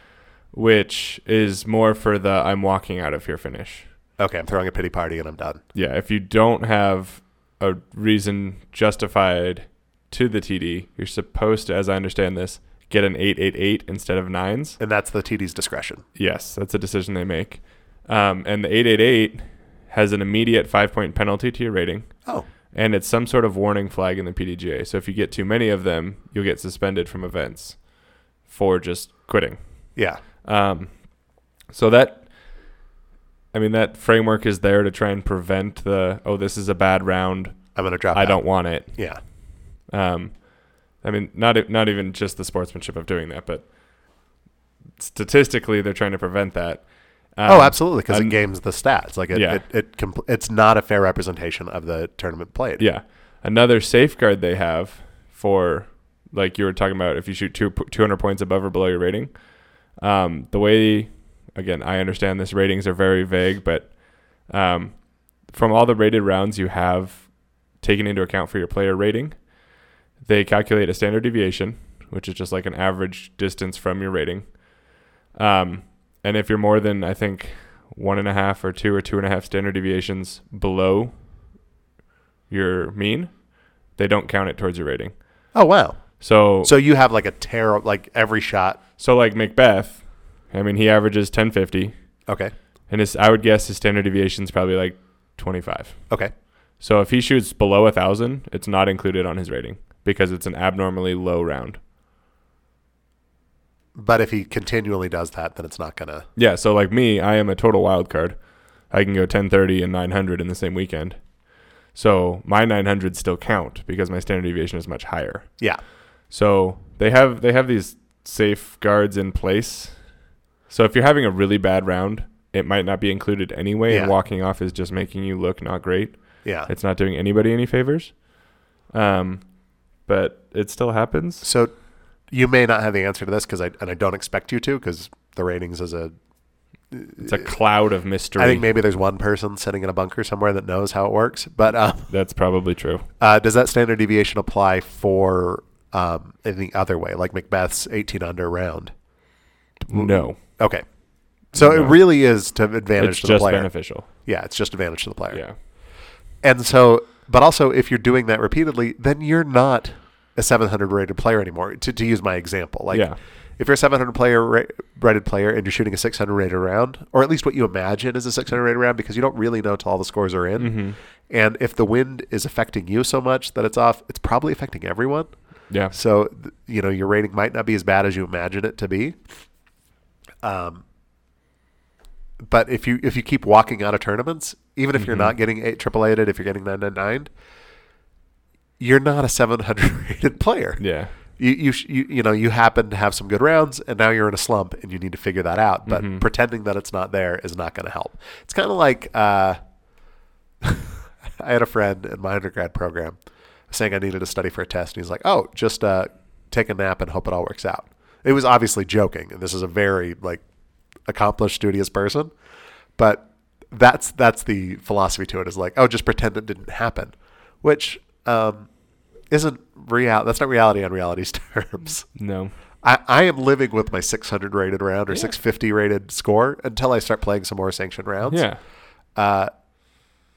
S2: which is more for the i'm walking out of here finish
S1: okay i'm throwing a pity party and i'm done
S2: yeah if you don't have a reason justified to the td you're supposed to as i understand this get an 888 instead of nines
S1: and that's the TD's discretion.
S2: Yes, that's a decision they make. Um, and the 888 has an immediate five point penalty to your rating.
S1: Oh.
S2: And it's some sort of warning flag in the PDGA. So if you get too many of them, you'll get suspended from events for just quitting.
S1: Yeah.
S2: Um, so that, I mean, that framework is there to try and prevent the, oh, this is a bad round.
S1: I'm going to drop
S2: I
S1: out.
S2: don't want it.
S1: Yeah.
S2: Um, I mean, not e- not even just the sportsmanship of doing that, but statistically, they're trying to prevent that. Um,
S1: oh, absolutely, because it
S2: an-
S1: games the stats. Like it,
S2: Yeah.
S1: it, it compl- it's not a fair representation of the tournament played.
S2: Yeah, another safeguard they have for like you were talking about if you shoot two two hundred points above or below your rating. Um, the way, again, I understand this ratings are very vague, but um, from all the rated rounds you have taken into account for your player rating, they calculate a standard deviation, which is just like an average distance from your rating. Um, and if you're more than I think one and a half or two or two and a half standard deviations below your mean, they don't count it towards your rating.
S1: Oh wow.
S2: So so,
S1: So you have like a terrible like every shot.
S2: like Macbeth, I mean he averages 1050
S1: Okay.
S2: and his I would guess his standard deviation is probably like 25.
S1: Okay.
S2: So if he shoots below a 1000, it's not included on his rating because it's an abnormally low round.
S1: But if he continually does that, then it's not gonna.
S2: Yeah, so like me, I am a total wild card. I can go 1030 and 900 in the same weekend. So my 900s still count because my standard deviation is much higher.
S1: Yeah.
S2: So they have they have these safeguards in place. So if you're having a really bad round, it might not be included anyway, and
S1: Yeah.
S2: walking off is just making you look not great.
S1: Yeah.
S2: It's not doing anybody any favors. Um, but it still happens.
S1: So you may not have the answer to this because I and I don't expect you to because the ratings is a.
S2: It's a cloud of mystery.
S1: uh, I think maybe there's one person sitting in a bunker somewhere that knows how it works. But um,
S2: That's probably true.
S1: uh, does that standard deviation apply for um, in the other way, like Macbeth's 18 under round?
S2: No,
S1: Okay. So
S2: No.
S1: it really is to advantage
S2: it's
S1: to the
S2: just
S1: player.
S2: beneficial.
S1: Yeah, it's just advantage to the player.
S2: Yeah.
S1: And so, but also, if you're doing that repeatedly, then you're not a 700 rated player anymore. To, to use my example, like
S2: Yeah.
S1: if you're a 700 player ra- rated player and you're shooting a 600 rated round, or at least what you imagine is a 600 rated round, because you don't really know till all the scores are in.
S2: Mm-hmm.
S1: And if the wind is affecting you so much that it's off, it's probably affecting everyone.
S2: Yeah.
S1: So th- you know your rating might not be as bad as you imagine it to be. Um, but if you if you keep walking out of tournaments, even if you're
S2: Mhm.
S1: not getting eight triple aided, if you're getting nine nine nine, you're not a seven hundred rated player.
S2: Yeah.
S1: You you, sh- you you know you happen to have some good rounds, and now you're in a slump, and you need to figure that out. But
S2: Mhm.
S1: pretending that it's not there is not going to help. It's kind of like uh, I had a friend in my undergrad program saying I needed to study for a test, and he's like, "Oh, just uh, take a nap and hope it all works out." It was obviously joking, and this is a very like accomplished, studious person, but that's that's the philosophy to it is like, "Oh, just pretend it didn't happen," which um, isn't real. That's not reality on reality's terms.
S2: No.
S1: I, I am living with my 600 rated round or
S2: Yeah.
S1: 650 rated score until I start playing some more sanctioned rounds.
S2: Yeah.
S1: Uh,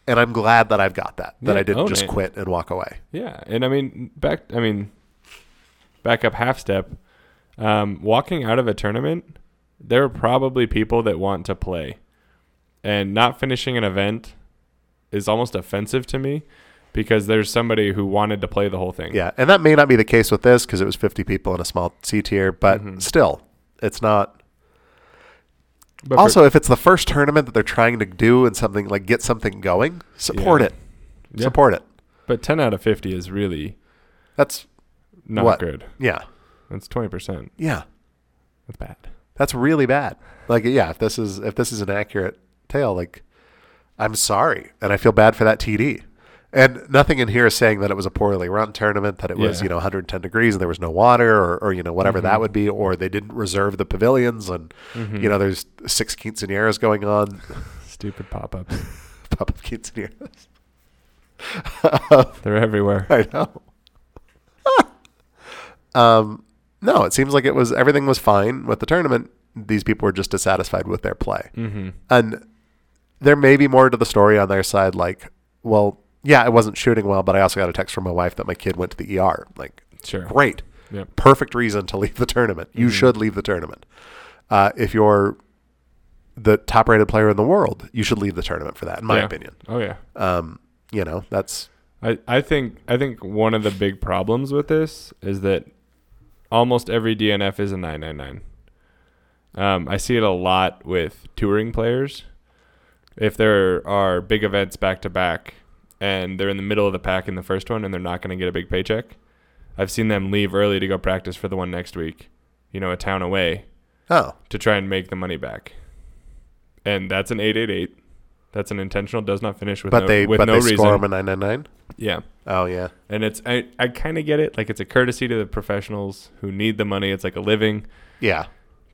S1: and I'm glad that I've got that, that
S2: Yeah, Oh,
S1: I didn't
S2: own
S1: just
S2: it.
S1: quit and walk away.
S2: Yeah, and I mean back. I mean, back up half step. Um, walking out of a tournament, there are probably people that want to play, and not finishing an event is almost offensive to me because there's somebody who wanted to play the whole thing.
S1: Yeah. And that may not be the case with this because it was 50 people in a small C tier, but
S2: Mhm.
S1: still, it's not.
S2: But for-
S1: also, if it's the first tournament that they're trying to do and something like get something going, support
S2: Yeah.
S1: it.
S2: yeah,
S1: Support it.
S2: But 10 out of 50 is really
S1: That's,
S2: not
S1: What?
S2: good.
S1: yeah.
S2: That's 20 percent.
S1: Yeah.
S2: That's bad.
S1: That's really bad. Like, yeah, if this is if this is an accurate tale, like, I'm sorry, and I feel bad for that TD. And nothing in here is saying that it was a poorly run tournament, that it was
S2: Yeah.
S1: you know 110 degrees and there was no water, or, or you know whatever
S2: Mhm.
S1: that would be, or they didn't reserve the pavilions, and you know there's six quinceañeras going on,
S2: stupid pop ups.
S1: pop up quinceañeras.
S2: They're everywhere.
S1: I know. um, no, it seems like it was everything was fine with the tournament. These people were just dissatisfied with their play.
S2: Mm-hmm.
S1: and there may be more to the story on their side like well yeah i wasn't shooting well but i also got a text from my wife that my kid went to the er like
S2: Sure.
S1: great
S2: Yep.
S1: perfect reason to leave the tournament you
S2: Mhm.
S1: should leave the tournament uh, if you're the top rated player in the world you should leave the tournament for that in my
S2: Yeah.
S1: opinion
S2: Oh yeah.
S1: um, you know that's
S2: I, I think I think one of the big problems with this is that almost every DNF is a 999. Um, I see it a lot with touring players. If there are big events back to back and they're in the middle of the pack in the first one and they're not going to get a big paycheck, I've seen them leave early to go practice for the one next week, you know, a town away
S1: oh
S2: to try and make the money back. And that's an 888. That's an intentional does not finish with
S1: but
S2: no,
S1: they
S2: with
S1: but
S2: no
S1: they
S2: reason.
S1: score them a 999
S2: yeah.
S1: oh yeah
S2: And it's I, I kind of get it. Like it's a courtesy to the professionals who need the money. It's like a living.
S1: yeah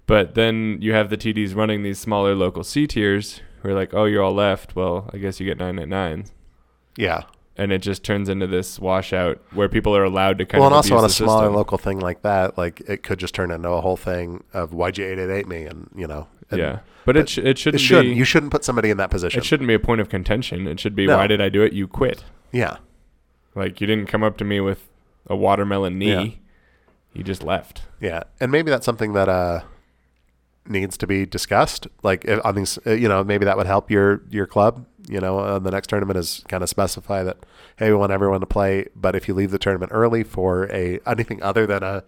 S2: But then you have the TDs running these smaller local C tiers who are like, oh, you're all left. Well, I guess you get nine at nines.
S1: yeah
S2: and it just turns into this washout where people are allowed to kind
S1: Well,
S2: of
S1: and also on a
S2: abuse the
S1: smaller
S2: system.
S1: local thing like that, like it could just turn into a whole thing of why'd you 888 me? And, you know, and
S2: yeah, but it sh- it
S1: it
S2: shouldn't
S1: shouldn't.
S2: be
S1: you shouldn't put somebody in that position.
S2: it shouldn't be a point of contention. It should be
S1: No.
S2: why did I do it? You quit.
S1: yeah.
S2: Like you didn't come up to me with a watermelon knee.
S1: Yeah.
S2: You just left.
S1: Yeah, and maybe that's something that uh, needs to be discussed. Like if, on these, uh, you know, maybe that would help your your club. You know, uh, the next tournament is kind of specify that hey, we want everyone to play, but if you leave the tournament early for a anything other than a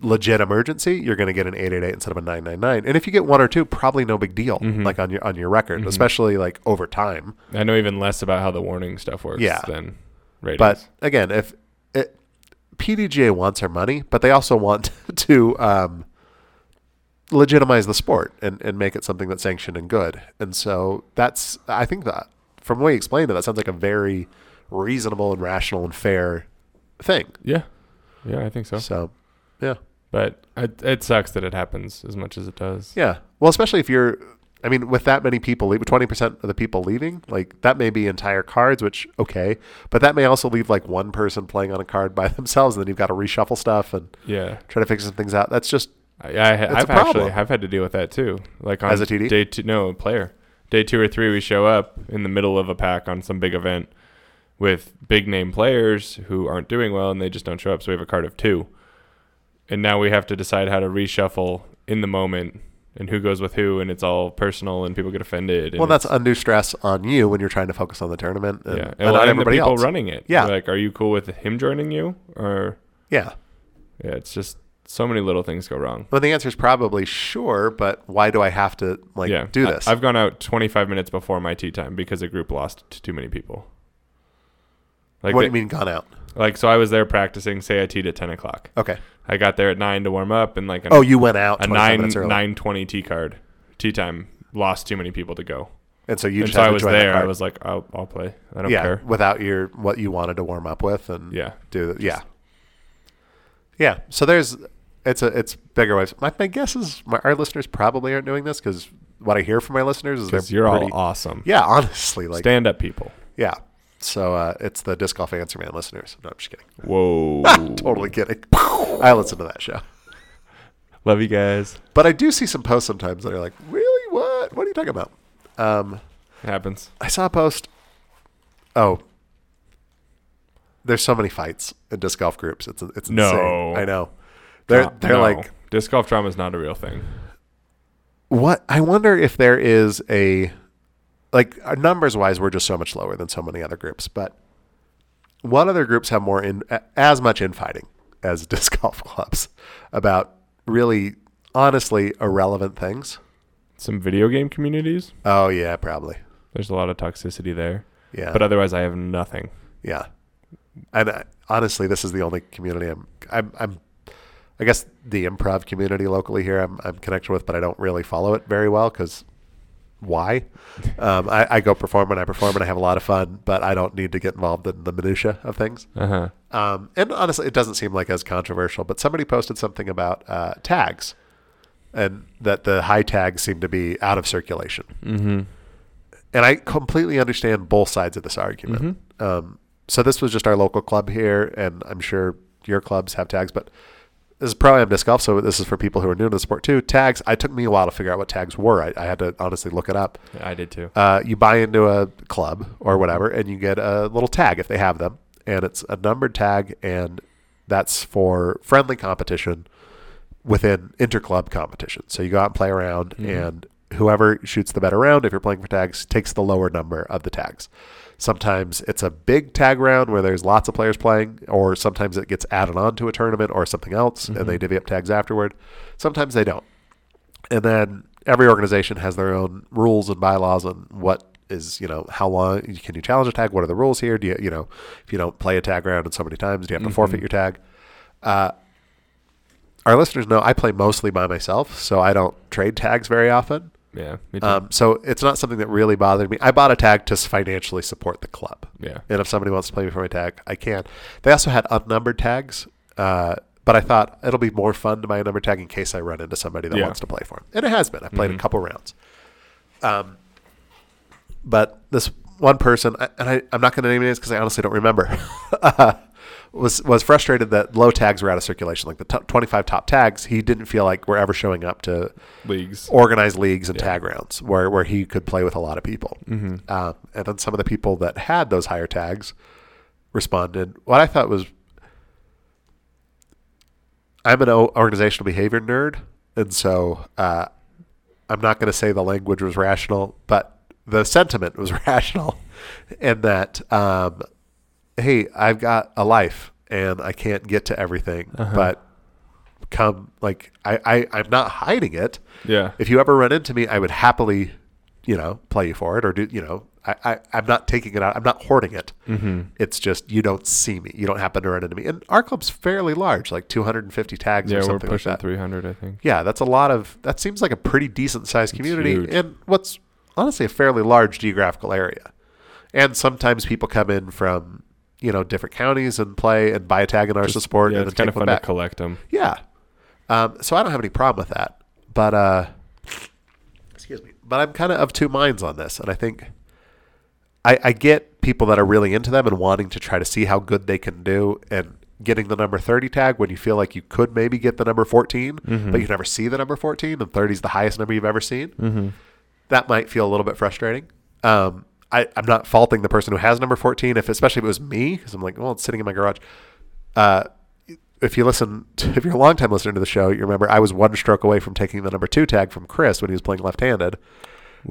S1: legit emergency, you're going to get an eight eight eight instead of a nine nine nine. And if you get one or two, probably no big deal. Like on your on your record, especially like over time.
S2: I know even less about how the warning stuff works
S1: Yeah.
S2: than ratings.
S1: But again, if it, PDGA wants our money, but they also want to um, legitimize the sport and, and make it something that's sanctioned and good. And so that's, I think that from the way you explained it, that sounds like a very reasonable and rational and fair thing.
S2: yeah, yeah, I think so.
S1: So, yeah.
S2: But it, it sucks that it happens as much as it does.
S1: Yeah. Well, especially if you're, I mean, with that many people, leave- 20% of the people leaving, like that may be entire cards, which, okay. But that may also leave like one person playing on a card by themselves. And then you've got to reshuffle stuff and
S2: Yeah,
S1: try to figure some things out. That's just
S2: I, I
S1: a
S2: I've actually
S1: problem.
S2: I've had to deal with that too. Like on
S1: As a TD?
S2: day two, no player. Day two or three, we show up in the middle of a pack on some big event with big name players who aren't doing well and they just don't show up. So we have a card of two, and now we have to decide how to reshuffle in the moment and who goes with who, and it's all personal and people get offended. And
S1: well, that's undue stress on you when you're trying to focus on the tournament and,
S2: yeah,
S1: and
S2: and, well,
S1: on
S2: and
S1: everybody
S2: the people
S1: else.
S2: running it.
S1: Yeah.
S2: like are you cool with him joining you or
S1: Yeah.
S2: yeah? It's just so many little things go wrong.
S1: Well, the answer is probably sure, but why do I have to like do
S2: I-
S1: this?
S2: I've gone out 25 minutes before my tea time because a group lost to too many people. Like,
S1: what do
S2: they-
S1: you mean gone out?
S2: like, so I was there practicing. Say I teed at 10 o'clock.
S1: Okay.
S2: I got there at nine to warm up, and like a,
S1: Oh, you went out
S2: a
S1: 25
S2: nine
S1: minutes early,
S2: 9:20 tea card tea time lost too many people to go.
S1: and so you
S2: and
S1: just
S2: so
S1: had
S2: I
S1: to
S2: was
S1: join that
S2: there. I
S1: card.
S2: was like, I'll, I'll play. I don't
S1: yeah,
S2: care.
S1: without your what you wanted to warm up with and
S2: Yeah,
S1: do the, yeah, yeah. So there's it's a it's bigger ways. My, my guess is my, our listeners probably aren't doing this because what I hear from my listeners is they're
S2: because you're
S1: pretty,
S2: all awesome.
S1: yeah, honestly, like
S2: Stand up, people.
S1: Yeah. So uh, it's the Disc Golf Answer Man listeners. No, I'm just kidding.
S2: Whoa,
S1: Totally kidding. I listen to that show.
S2: love you guys.
S1: But I do see some posts sometimes that are like, really? What? What are you talking about? Um,
S2: happens.
S1: I saw a post. Oh, there's so many fights in disc golf groups. It's it's insane.
S2: No.
S1: I know. They're
S2: Dra-
S1: they're
S2: no.
S1: like
S2: disc golf drama is not a real thing.
S1: what? I wonder if there is a like uh, numbers wise, we're just so much lower than so many other groups. But what other groups have more in a- as much infighting as disc golf clubs about really honestly irrelevant things?
S2: Some video game communities.
S1: Oh yeah, probably.
S2: There's a lot of toxicity there.
S1: Yeah,
S2: But otherwise, I have nothing.
S1: yeah. And I, honestly, this is the only community I'm I'm. I'm I guess the improv community locally here I'm, I'm connected with, but I don't really follow it very well because why? Um, I, I go perform and I perform and I have a lot of fun, but I don't need to get involved in the minutia of things.
S2: Uh huh.
S1: Um, and honestly, it doesn't seem like as controversial. But somebody posted something about uh, tags, and that the high tags seem to be out of circulation.
S2: Mm-hmm.
S1: And I completely understand both sides of this argument. Um, so this was just our local club here, and I'm sure your clubs have tags, but this is probably am disc golf, so this is for people who are new to the sport too. Tags. I took me a while to figure out what tags were. I, I had to honestly look it up.
S2: I did too.
S1: Uh, you buy into a club or whatever, and you get a little tag if they have them, and it's a numbered tag, and that's for friendly competition within interclub competition. So you go out and play around, and whoever shoots the better round, if you're playing for tags, takes the lower number of the tags. Sometimes it's a big tag round where there's lots of players playing, or sometimes it gets added on to a tournament or something else, and they divvy up tags afterward. Sometimes they don't and then every organization has their own rules and bylaws on what is you know how long can you challenge a tag what are the rules here do you you know if you don't play a tag round in so many times do you have to forfeit your tag uh, our listeners know i play mostly by myself so i don't trade tags very often
S2: Yeah. Me too.
S1: um, so it's not something that really bothered me i bought a tag to s- financially support the club
S2: yeah.
S1: and if somebody wants to play me for my tag, I can. They also had unnumbered tags, uh, but I thought it'll be more fun to buy a number tag in case I run into somebody that
S2: Yeah.
S1: wants to play for 'em. And it has been. I've played a couple rounds. Um, but this one person, I- and I, I'm not going to name names because I honestly don't remember, uh, was was frustrated that low tags were out of circulation. Like the top 25 top tags, he didn't feel like were ever showing up to
S2: leagues.
S1: organized leagues and tag rounds where, where he could play with a lot of people.
S2: Mm-hmm.
S1: Um, and then some of the people that had those higher tags responded. What I thought was, I'm an o- organizational behavior nerd, and so uh, I'm not going to say the language was rational, but the sentiment was rational, in that, um, hey, I've got a life and I can't get to everything, but come like I, I i'm not hiding it
S2: Yeah.
S1: if you ever run into me, I would happily, you know, play you for it or do, you know, I, I, I'm not taking it out. I'm not hoarding it.
S2: Mm-hmm.
S1: It's just you don't see me. You don't happen to run into me. And our club's fairly large, like 250 tags or
S2: Yeah, we're
S1: something like
S2: pushing
S1: that.
S2: 300, I think.
S1: Yeah, that's a lot of, that seems like a pretty decent sized community
S2: huge.
S1: in what's honestly a fairly large geographical area. And sometimes people come in from, you know, different counties and play and buy a tag in Arsa Sport
S2: Yeah,
S1: and
S2: it's
S1: then
S2: kind
S1: take
S2: of
S1: one
S2: fun
S1: back.
S2: to collect them.
S1: Yeah. Um, so I don't have any problem with that. But uh, excuse me. But I'm kind of of two minds on this, and I think I, I get people that are really into them and wanting to try to see how good they can do, and getting the number thirty tag when you feel like you could maybe get the number 14 but you never see the number fourteen, and thirty is the highest number you've ever seen. That might feel a little bit frustrating. Um, I, I'm not faulting the person who has number 14, if especially if it was me, because I'm like, well, it's sitting in my garage. Uh, if you listen, if you're a long time listener to the show, you remember I was one stroke away from taking the number two tag from Chris when he was playing left handed,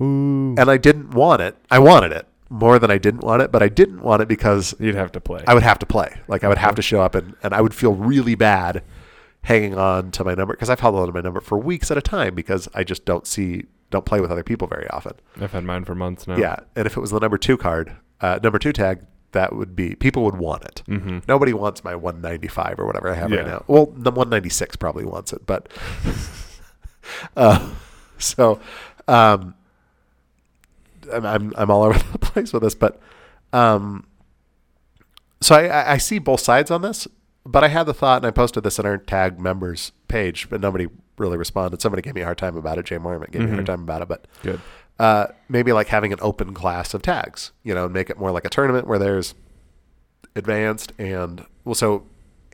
S2: Ooh.
S1: and I didn't want it. I wanted it more than I didn't want it, but I didn't want it because
S2: You'd have to play.
S1: I would have to play. Like I would have to show up, and, and I would feel really bad hanging on to my number because I've held on to my number for weeks at a time because I just don't see, don't play with other people very often.
S2: I've had mine for months now.
S1: Yeah, and if it was the number two card, uh, number two tag, that would be people would want it. Mm-hmm. Nobody wants my 195 or whatever I have right
S2: Yeah.
S1: now. Well, the 196 probably wants it, but uh, so um, I'm, I'm I'm all over the place with this, but um, so I- I, I see both sides on this. But I had the thought, and I posted this in our tag members page, but nobody really responded. Somebody gave me a hard time about it. Jay Marmot gave me a hard time about it, but
S2: Good.
S1: uh, maybe like having an open class of tags, you know, and make it more like a tournament where there's advanced and well, so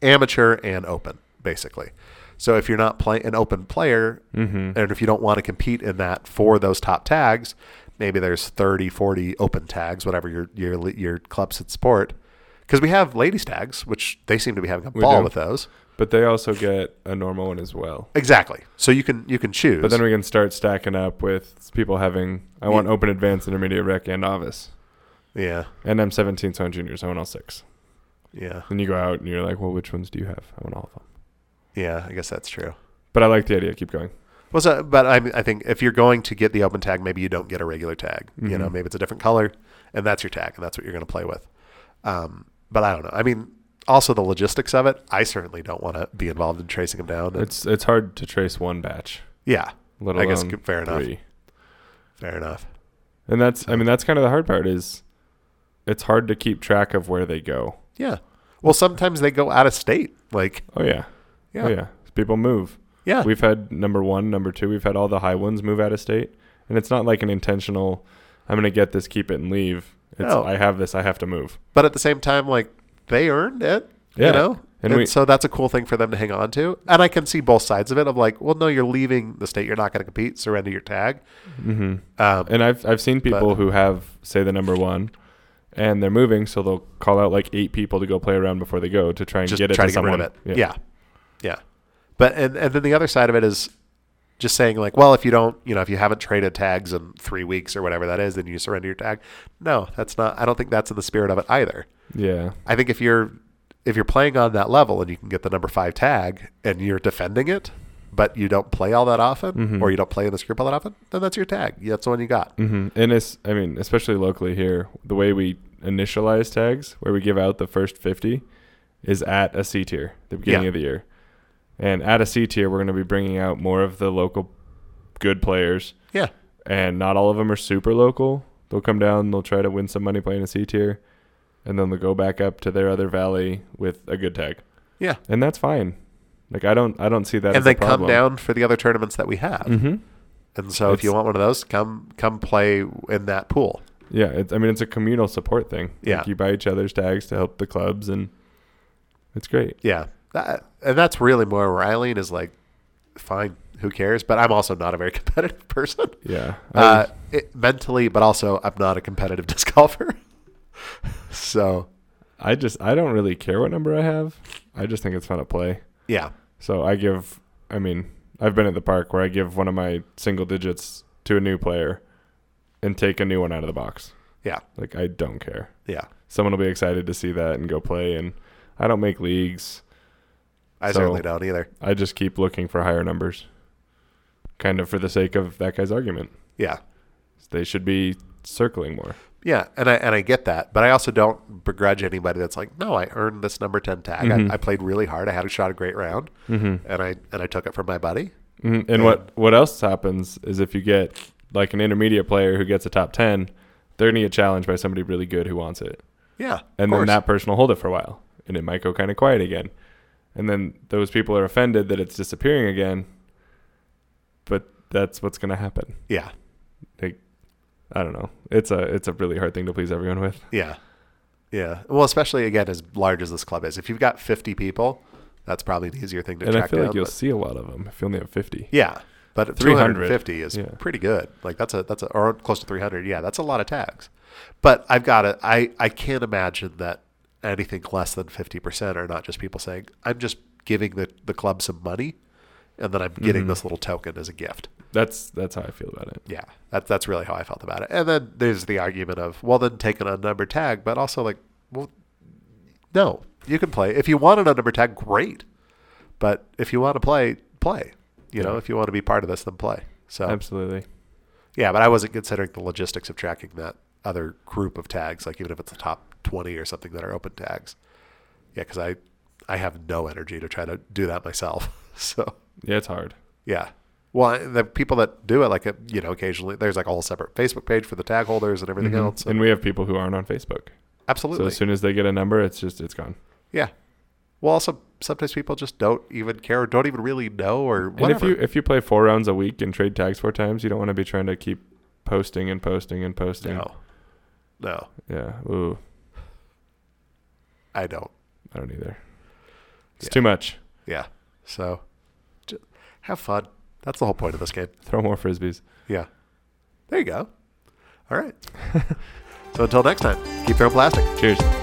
S1: amateur and open basically. So if you're not playing an open player
S2: Mm-hmm.
S1: and if you don't want to compete in that for those top tags, maybe there's 30, 40 open tags, whatever your, your, your club should support. Cause we have ladies tags, which they seem to be having a ball
S2: do.
S1: with those.
S2: But they also get a normal one as well.
S1: Exactly. So you can, you can choose.
S2: But then we can start stacking up with people having, I want open, advanced, intermediate, rec, and novice.
S1: yeah.
S2: And I'm 17, so I'm juniors. I want all six.
S1: Yeah.
S2: Then you go out and you're like, well, which ones do you have? I want all of them.
S1: Yeah. I guess that's true.
S2: But I like the idea. Keep going.
S1: Well, so, but I, I think if you're going to get the open tag, maybe you don't get a regular tag. You know,
S2: Mhm.
S1: maybe it's a different color, and that's your tag, and that's what you're going to play with. Um, but I don't know. I mean, also the logistics of it. I certainly don't want to be involved in tracing them down. and-
S2: It's it's hard to trace one batch.
S1: yeah,
S2: Let
S1: I
S2: alone
S1: guess c- fair enough.
S2: three.
S1: fair enough.
S2: And that's I mean that's kind of the hard part is it's hard to keep track of where they go.
S1: Yeah. Well, sometimes they go out of state. Like,
S2: Oh yeah.
S1: yeah,
S2: Oh yeah. People move.
S1: yeah,
S2: We've had number 1, number 2, we've had all the high ones move out of state. And it's not like an intentional I'm going to get this, keep it and leave. It's
S1: No.
S2: I have this, I have to move.
S1: but at the same time, like they earned it.
S2: Yeah.
S1: You know.
S2: And
S1: And,
S2: we-
S1: so that's a cool thing for them to hang on to. And I can see both sides of it of like, well, no, you're leaving the state. You're not going to compete. Surrender your tag.
S2: Mm-hmm.
S1: Um,
S2: And I've I've seen people
S1: But-
S2: who have say the number 1 and they're moving so they'll call out like eight people to go play around before they go to try and
S1: just
S2: get it
S1: try
S2: to,
S1: to, get
S2: someone.
S1: rid of it. Yeah. yeah, But and and then the other side of it is just saying like, well, if you don't, you know, if you haven't traded tags in three weeks or whatever that is, then you surrender your tag. No, that's not. I don't think that's in the spirit of it either.
S2: Yeah.
S1: I think if you're if you're playing on that level and you can get the number five tag and you're defending it, but you don't play all that often
S2: Mhm.
S1: or you don't play in this group all that often, then that's your tag. That's the one you got.
S2: hmm And it's, I mean, especially locally here, the way we initialize tags, where we give out the first 50, is at a C tier, the beginning
S1: Yeah.
S2: of the year. And at a C tier, we're going to be bringing out more of the local good players.
S1: Yeah.
S2: And not all of them are super local. They'll come down, they'll try to win some money playing a C tier, and then they'll go back up to their other valley with a good tag.
S1: Yeah.
S2: And that's fine. Like I don't, I don't see that. as
S1: and they
S2: a
S1: come
S2: problem.
S1: down for the other tournaments that we have.
S2: Mm-hmm.
S1: And so if you
S2: It's-
S1: want one of those, come come play in that pool.
S2: Yeah, it's, I mean, it's a communal support thing.
S1: Yeah.
S2: Like you buy each other's tags to help the clubs, and it's great.
S1: Yeah, that, and that's really more where I lean is like, fine, who cares? But I'm also not a very competitive person,
S2: Yeah. I
S1: uh,
S2: was-
S1: it, mentally, but also I'm not a competitive disc golfer. so
S2: I just, I don't really care what number I have. I just think it's fun to play.
S1: yeah,
S2: So I give, I mean, I've been at the park where I give one of my single digits to a new player and take a new one out of the box.
S1: Yeah.
S2: Like, I don't care.
S1: yeah.
S2: Someone will be excited to see that and go play. And I don't make leagues,
S1: I
S2: So-
S1: certainly don't either.
S2: I just keep looking for higher numbers, kind of for the sake of that guy's argument.
S1: Yeah,
S2: They should be circling more.
S1: yeah, and I and I get that, but I also don't begrudge anybody that's like, no, I earned this number ten tag.
S2: Mhm.
S1: I, I played really hard. I had a shot a great round,
S2: Mm-hmm.
S1: and I and I took it from my buddy.
S2: Mm, And what what else happens is if you get like an intermediate player who gets a top ten, they're gonna get challenged by somebody really good who wants it,
S1: Yeah,
S2: and then
S1: course.
S2: that person will hold it for a while, and it might go kind of quiet again, and then those people are offended that it's disappearing again. But that's what's gonna happen.
S1: yeah,
S2: I don't know. It's a it's a really hard thing to please everyone with.
S1: yeah, yeah. Well, especially again, as large as this club is, if you've got fifty people, that's probably an easier thing to
S2: and
S1: track
S2: I feel
S1: down.
S2: like you'll
S1: but-
S2: see a lot of them if you only have 50.
S1: yeah, but
S2: 300,
S1: 350 is
S2: yeah.
S1: pretty good. Like that's a that's a or close to 300. Yeah, that's a lot of tags. But I've got to I I can't imagine that anything less than 50% are not just people saying, "I'm just giving the the club some money and then I'm getting
S2: Mhm.
S1: this little token as a gift."
S2: That's that's how I feel about it.
S1: Yeah. That that's really how I felt about it. And then there's the argument of, well, then take an unnumbered tag, but also like, well, no, you can play if you want an unnumbered tag, great. But if you want to play, play. You know,
S2: Yeah.
S1: if you want to be part of this, then play. So
S2: Absolutely.
S1: yeah, but I wasn't considering the logistics of tracking that other group of tags, like even if it's the top twenty or something that are open tags. Yeah, because I I have no energy to try to do that myself. So
S2: Yeah, it's hard.
S1: yeah. Well, I- the people that do it, like uh, you know, occasionally there's like a whole separate Facebook page for the tag holders and everything
S2: Mhm.
S1: else. uh,
S2: And we have people who aren't on Facebook. So
S1: absolutely,
S2: as soon as they get a number, it's just it's gone.
S1: yeah. Well, also sometimes people just don't even care, or don't even really know, or whatever.
S2: And if you if you play four rounds a week and trade tags four times, you don't want to be trying to keep posting and posting and posting.
S1: no, no,
S2: Yeah. Ooh,
S1: I don't.
S2: I don't either. It's
S1: Yeah.
S2: too much.
S1: Yeah. So, just have fun. That's the whole point of this game.
S2: Throw more frisbees.
S1: Yeah. There you go. All right. so until next time, keep throwing plastic.
S2: Cheers.